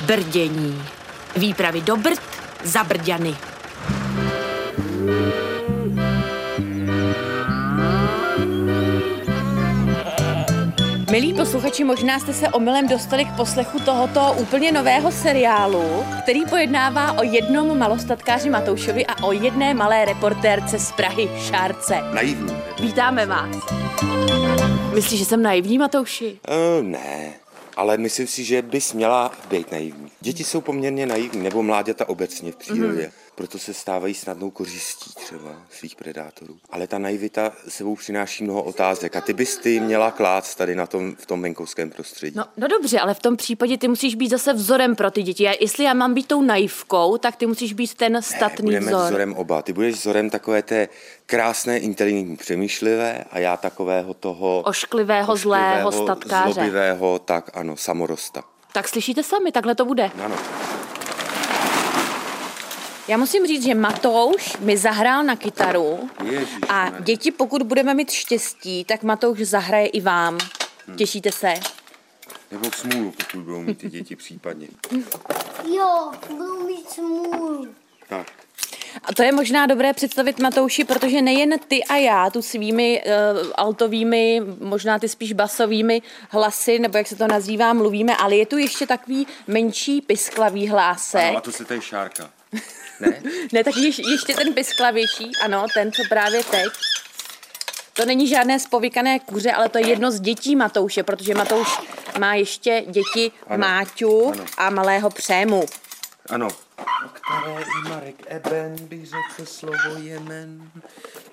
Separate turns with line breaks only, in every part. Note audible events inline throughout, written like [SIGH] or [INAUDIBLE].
Brdění. Výpravy do Brd za Brďany.
Milí posluchači, možná jste se omylem dostali k poslechu tohoto úplně nového seriálu, který pojednává o jednom malostatkáři Matoušovi a o jedné malé reportérce z Prahy, Šárce.
Naivní.
Vítáme vás. Myslíš, že jsem naivní, Matouši?
Uh, ne, ale myslím si, že bys měla být naivní. Děti jsou poměrně naivní, nebo mláďata obecně v přírodě.
Mhm.
Proto se stávají snadnou kořistí třeba svých predátorů. Ale ta naivita sebou přináší mnoho otázek a ty bys ty měla klát tady na tom, v tom venkovském prostředí.
No, no dobře, ale v tom případě ty musíš být zase vzorem pro ty děti. Já, jestli já mám být tou naivkou, tak ty musíš být ten statný
Budeme
vzor.
vzorem oba. Ty budeš vzorem takové té krásné, inteligentní, přemýšlivé a já takového toho...
Ošklivého, zlého statkáře.
Zlobivého, tak ano, samorosta.
Tak slyšíte sami, takhle to bude.
Ano.
Já musím říct, že Matouš mi zahrál na kytaru
Ježišmarja.
a děti, pokud budeme mít štěstí, tak Matouš zahraje i vám.
Hm.
Těšíte se?
Nebo smůlu, pokud budou mít ty děti případně.
Jo, budu mít smůlu.
Tak.
A to je možná dobré představit Matouši, protože nejen ty a já tu svými uh, altovými, možná ty spíš basovými hlasy, nebo jak se to nazývá, mluvíme, ale je tu ještě takový menší pisklavý hlásek.
No, a to se tady šárka. Ne?
Ne, tak ješ, ještě ten pisklavější, ano, ten, co právě teď. To není žádné spovykané kuře, ale to je jedno z dětí Matouše, protože Matouš má ještě děti ano.
Ano,
Máťu ano.
ano.
a malého Přému.
Ano. O které i Marek Eben by řekl slovo jemen.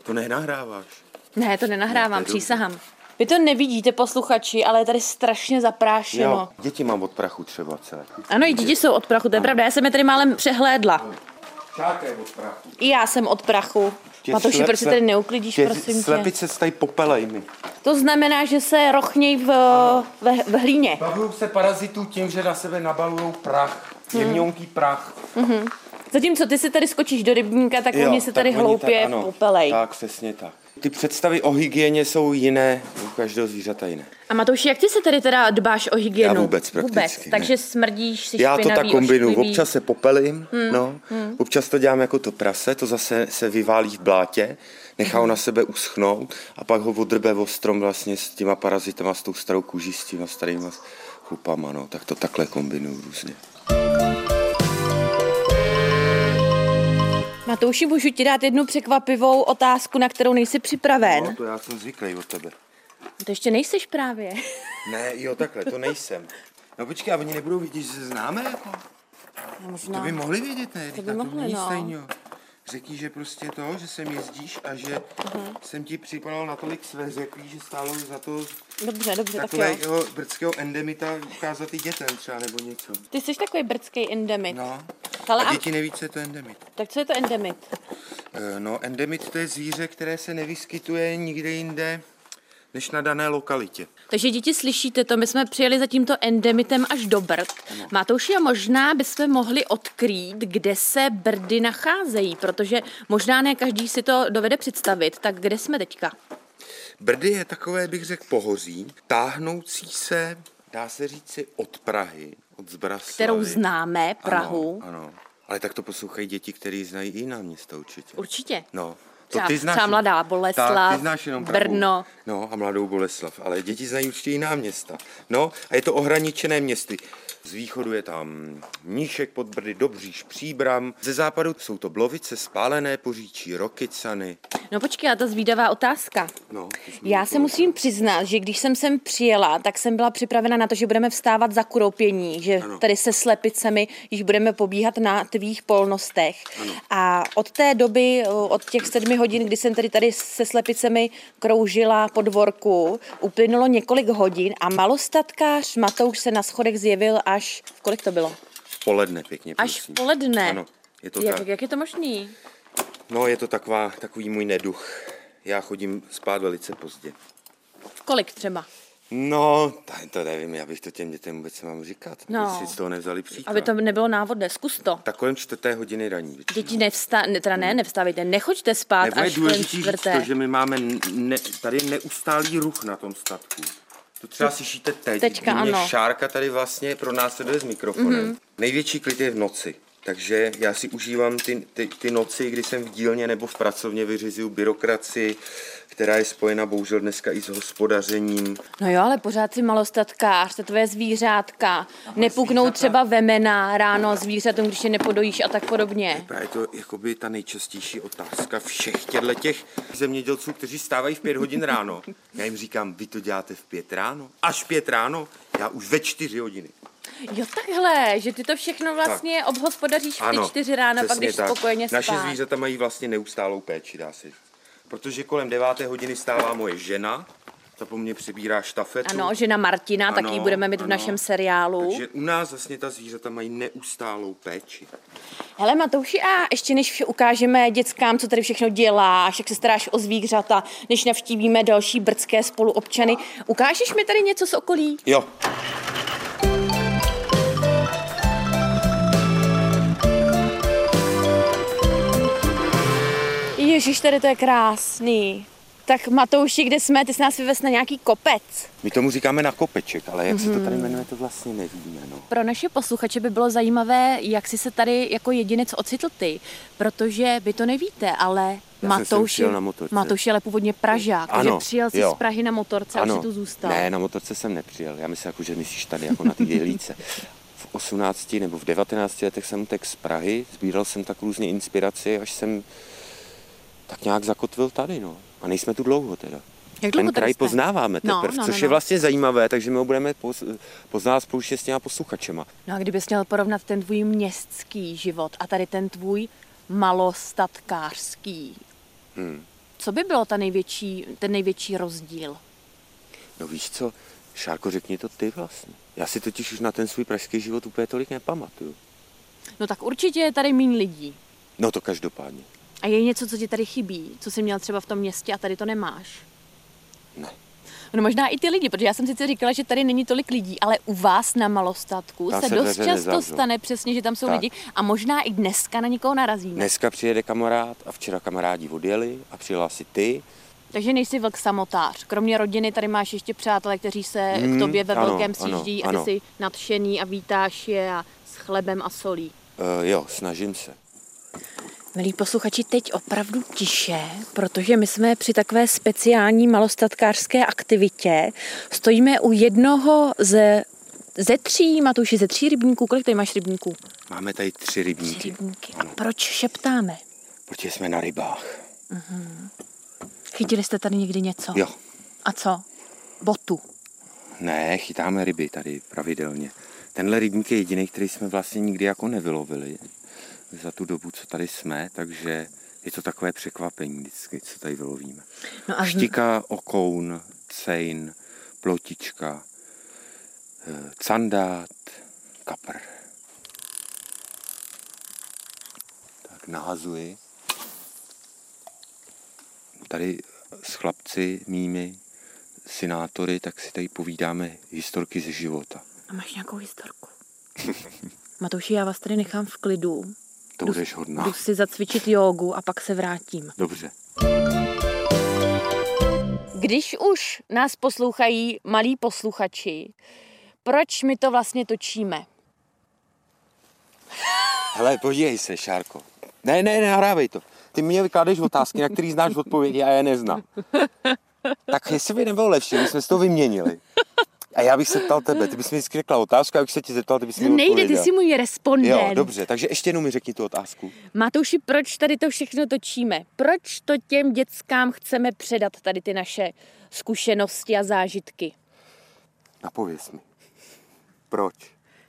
To nenahráváš.
Ne, to nenahrávám,
Ne, to je
přísahám. Vy to nevidíte, posluchači, ale je tady strašně zaprášeno.
Jo, děti mám od prachu třeba celé.
Ano, i děti jsou od prachu, to je pravda, já jsem je tady málem přehlédla.
Šárka je od prachu.
I já jsem od prachu. Matouši, proč se tady neuklidíš, prosím tě?
Slepice se tady popelej mi.
To znamená, že se rochněj v, ve, v hlíně.
Bavují se parazitů tím, že na sebe nabalují prach.
Hmm.
Jemňonký prach.
Zatímco ty si tady skočíš do rybníka, tak jo, oni se tady hloupě
ano,
popelej.
Tak, přesně tak. Ty představy o hygieně jsou jiné, u každého zvířata jiné.
A Matouši, jak ty se tady teda dbáš o hygienu?
Já vůbec
vůbec.
prakticky, ne.
Takže smrdíš, si
Já
špinavý,
to tak kombinuju.
ošklivý. Hmm,
Občas se popelím, no. Občas to dělám jako to prase, to zase se vyválí v blátě, nechá
Hmm.
ho na sebe uschnout a pak ho odrbe o strom vlastně s těma parazitama, s tou starou kůží, s těma starýma chupama, no. Tak to takhle kombinuju různě.
Matouši, můžu ti dát jednu překvapivou otázku, na kterou nejsi připraven.
No, to já jsem zvyklý od tebe.
To ještě nejseš právě.
Ne, jo, takhle, to nejsem. No počkej, a oni nebudou vidět, že se známe jako?
[LAUGHS] No, možná.
To by mohli vědět, ne?
by mohli, no.
Řekni, že prostě to, že sem jezdíš a že
Mhm.
jsem ti připadal natolik sveřeklý, že stálo za to
Dobře, dobře, tak,
takhle
jo.
jeho brdského endemita ukázat i dětem třeba nebo něco.
Ty jsi takový brdský endemit.
No.
Ale
a
a-
děti neví, co je to endemit.
Tak co je to endemit?
Eh, No, endemit to je zvíře, které se nevyskytuje nikde jinde, než na dané lokalitě.
Takže děti, slyšíte to, my jsme přijeli za tímto endemitem až do Brd. Matouši, a možná bychom mohli odkrýt, kde se Brdy nacházejí, protože možná ne každý si to dovede představit. Tak kde jsme teďka?
Brdy je takové, bych řekl, pohoří, táhnoucí se, dá se říci, od Prahy, od Zbraslavy.
Kterou známe, Prahu.
Ano, ano. Ale tak to poslouchají děti, které znají i jiná města určitě.
Určitě.
No. To
Třeba-
ty znáš,
třeba Mladá
Tak,
Boleslav,
ty znáš jenom
Brno.
Prahu. No a Mladou Boleslav, ale děti znají určitě jiná města. No a je to ohraničené městy. Z východu je tam Mníšek pod Brdy, Dobříš, Příbram. Ze západu jsou to Blovice, Spálené poříčí, Rokycany.
No počkej, a ta zvídavá otázka.
No, to jsme
Já
mluvili.
se musím přiznat, že když jsem sem přijela, tak jsem byla připravena na to, že budeme vstávat za kuropění, že ano.
Ano.
tady se slepicemi již budeme pobíhat na tvých polnostech. Ano. A od té doby, o, od těch sedmi hodin, kdy jsem tady tady se slepicemi kroužila po dvorku, uplynulo několik hodin a malostatkář Matouš se na schodech zjevil až, kolik to bylo?
V Poledne pěkně,
Až v
prosím.
poledne.
Ano, je to
jak,
tak.
jak je to možný?
No, je to taková, takový můj neduch. Já chodím spát velice pozdě.
Kolik třeba?
No, t- to nevím, já bych to těm dětem vůbec mám říkat.
No.
No. Si z toho nevzali příklad.
Aby to nebylo návodné, zkus to.
Tak kolem čtvrté hodiny raní. většinou.
Děti nevsta, ne, teda ne, nevstávejte, nechoďte spát
Nebo je
až kolem
důležitý říct
čtvrté.
to, že my máme ne, tady neustálý ruch na tom statku. To třeba slyšíte teď.
Teďka
kdy mě
ano. Mhm.
Šárka tady vlastně pro nás s mikrofonem. Největší klid je v noci. Takže já si užívám ty, ty, ty noci, kdy jsem v dílně nebo v pracovně vyřizuju byrokracii, která je spojena bohužel dneska i s hospodařením.
No jo, ale pořád si malostatkář, to tvoje zvířátka. Nepuknou třeba vemena ráno zvířatům, když je nepodojíš a tak podobně.
Právě to jakoby ta nejčastější otázka všech těchto těch zemědělců, kteří stávají v pět hodin ráno. Já jim říkám, vy to děláte v pět ráno? Až pět ráno? Já už ve čtyři hodiny.
Jo, takhle, že ty to všechno vlastně obhospodaříš v ty čtyři rána, pak
přesně
když spokojeně
Naše
spát.
zvířata mají vlastně neustálou péči, dá se říct. Protože kolem deváté hodiny stává moje žena, ta po mně přebírá štafetu.
Ano, žena Martina, tak
Ano,
ji budeme mít v
ano.
našem seriálu.
Takže u nás vlastně ta zvířata mají neustálou péči.
Hele Matouši, a ještě než ukážeme dětskám, co tady všechno děláš, jak se staráš o zvířata, než navštívíme další brdské spoluobčany, ukážeš mi tady něco z okolí?
Jo,
Ježíš, tady to je krásný. Tak Matouši, kde jsme? Ty jsi nás vyvez na nějaký kopec.
my tomu říkáme na kopeček, ale jak se to tady
Mhm.
jmenuje, to vlastně nevíme. No.
Pro naše posluchače by bylo zajímavé, jak jsi se tady jako jedinec ocitl ty, protože vy to nevíte, ale
jsem
Matouši,
sem přijel na motorce.
Matouši je ale původně Pražák, takže
Ano,
přijel jsi
jo.
z Prahy na motorce a už jsi tu zůstal.
Ne, na motorce jsem nepřijel. Já myslím, jako, že myslíš tady jako na ty dělíce.
[LAUGHS]
V 18 nebo v 19 letech jsem utek z Prahy, sbíral jsem tak různě inspiraci, až jsem tak nějak zakotvil tady. No. A nejsme tu dlouho teda.
Jak dlouho
Ten
tady
kraj
jste?
poznáváme
No,
teprve,
no,
což
no,
je
no.
vlastně zajímavé, takže my ho budeme poz- poznávat společně s těma posluchačema.
No a kdybys měl porovnat ten tvůj městský život a tady ten tvůj malostatkářský, hmm. co by bylo ta největší, ten největší rozdíl?
No víš co, Šárko, řekni to ty vlastně. Já si totiž už na ten svůj pražský život úplně tolik nepamatuju.
No tak určitě je tady mín lidí.
No to každopádně.
A je něco, co ti tady chybí, co jsi měl třeba v tom městě a tady to nemáš?
Ne.
No možná i ty lidi, protože já jsem sice říkala, že tady není tolik lidí, ale u vás na malostatku
Tam
se,
se
dost
dveře
často
nezavřou.
stane přesně, že tam jsou
Tak.
lidi a možná i dneska na někoho narazíme.
Dneska přijede kamarád a včera kamarádi odjeli a přijela si ty.
Takže nejsi vlk samotář. Kromě rodiny tady máš ještě přátelé, kteří se k tobě ve
Hmm, ano,
velkém
ano,
přijíždí a
ano.
ty jsi nadšený a vítáš je a s chlebem a solí.
Uh, jo, snažím se.
Milí posluchači, teď opravdu tiše, protože my jsme při takové speciální malostatkářské aktivitě. Stojíme u jednoho ze, ze tří, Matuši, ze tří rybníků. Kolik tady máš rybníků?
Máme tady tři rybníky, no.
Tři rybníky. A proč šeptáme?
protože jsme na rybách.
Chytili jste tady někdy něco?
Jo,
A co? Botu.
ne, chytáme ryby tady pravidelně. Tenhle rybník je jediný, který jsme vlastně nikdy jako nevylovili za tu dobu, co tady jsme, takže je to takové překvapení vždycky, co tady vylovíme.
No a v-
Štika, okoun, cejn, plotička, eh, candát, kapr. Tak nahazuji. Tady s chlapci mými synátory, tak si tady povídáme historky ze života.
A máš nějakou
[LAUGHS]
historku? Matouši, já vás tady nechám v klidu.
To
Jdu-
budeš hodná.
Jdu si zacvičit jogu a pak se vrátím.
Dobře.
Když už nás poslouchají malí posluchači, proč my to vlastně točíme?
Hele, podívej se, Šárko. Ne, ne, nahrávej to. Ty mě vykládáš otázky, na které znáš odpovědi a já je neznám. Tak jestli by nebylo lepší, my jsme si to vyměnili. A já bych se ptal tebe, ty bys mi vždycky řekla otázku, a bych se ti zeptal, ty bys mi
No Nejde, ty
odpověděla.
jsi můj respondent.
Jo, dobře, takže ještě jednou mi řekni tu otázku.
Matouši, proč tady to všechno točíme? Proč to těm dětskám chceme předat tady ty naše zkušenosti a zážitky?
Napověz mi. Proč?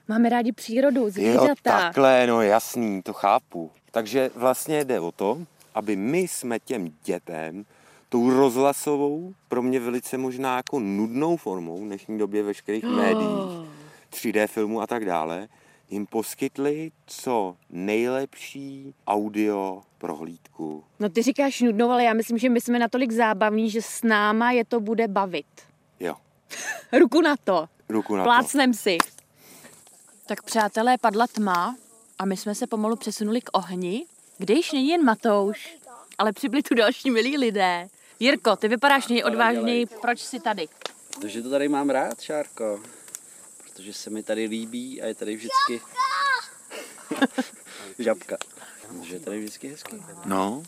Máme rádi přírodu,
Jo,
zvířata.
takhle, no jasný, to chápu. Takže vlastně jde o to, aby my jsme těm dětem tou rozhlasovou, pro mě velice možná jako nudnou formou v dnešní době veškerých
Oh.
médií, 3D filmů a tak dále, jim poskytli co nejlepší audio prohlídku.
No ty říkáš nudnou, ale já myslím, že my jsme natolik zábavní, že s náma je to bude bavit.
Jo,
Ruku na to.
ruku na to.
Plácnem si. Tak přátelé, padla tma a my jsme se pomalu přesunuli k ohni, kde již není jen Matouš, ale přibyli tu další milí lidé. Jirko, ty vypadáš nejodvážněji, proč jsi tady?
Protože to tady mám rád, Šárko. Protože se mi tady líbí a je tady vždycky... [LAUGHS] Žabka. Protože je tady vždycky hezky.
No,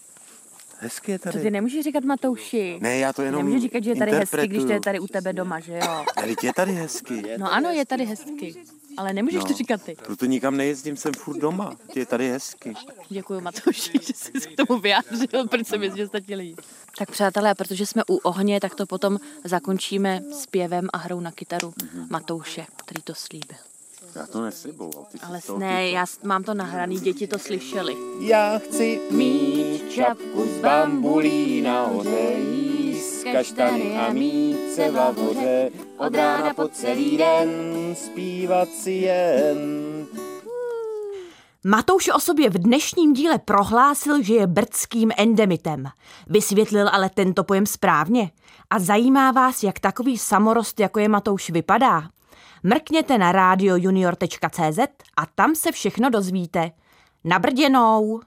hezky je
To ty
tady.
nemůžeš říkat Matouši.
Ne, já to jenom
Nemůžeš říkat, že je tady hezky, když to je
interpretuju.
tady u tebe doma, že jo?
Tady je tady hezky.
No ano, je tady hezky. Ale nemůžeš
No.
to říkat ty.
Proto nikam nejezdím, jsem furt doma. Je tady hezky.
Děkuji Matouši, že jsi se k tomu vyjádřil, proč se mi zvěstatí lidi. Tak přátelé, protože jsme u ohně, tak to potom zakončíme zpěvem a hrou na kytaru Matouše, který to slíbil.
Já to nesliboval. Ty jsi
Ale
z toho
ne, já s- mám to nahraný, děti to slyšeli.
Já chci mít čapku z bambulí na hoře, jíst kaštany a mít se v lavoře, od rána po celý den zpívat si jen.
Matouš o sobě v dnešním díle prohlásil, že je brdským endemitem. Vysvětlil ale tento pojem správně. A zajímá vás, jak takový samorost, jako je Matouš, vypadá? Mrkněte na radiojunior.cz a tam se všechno dozvíte. Na brděnou!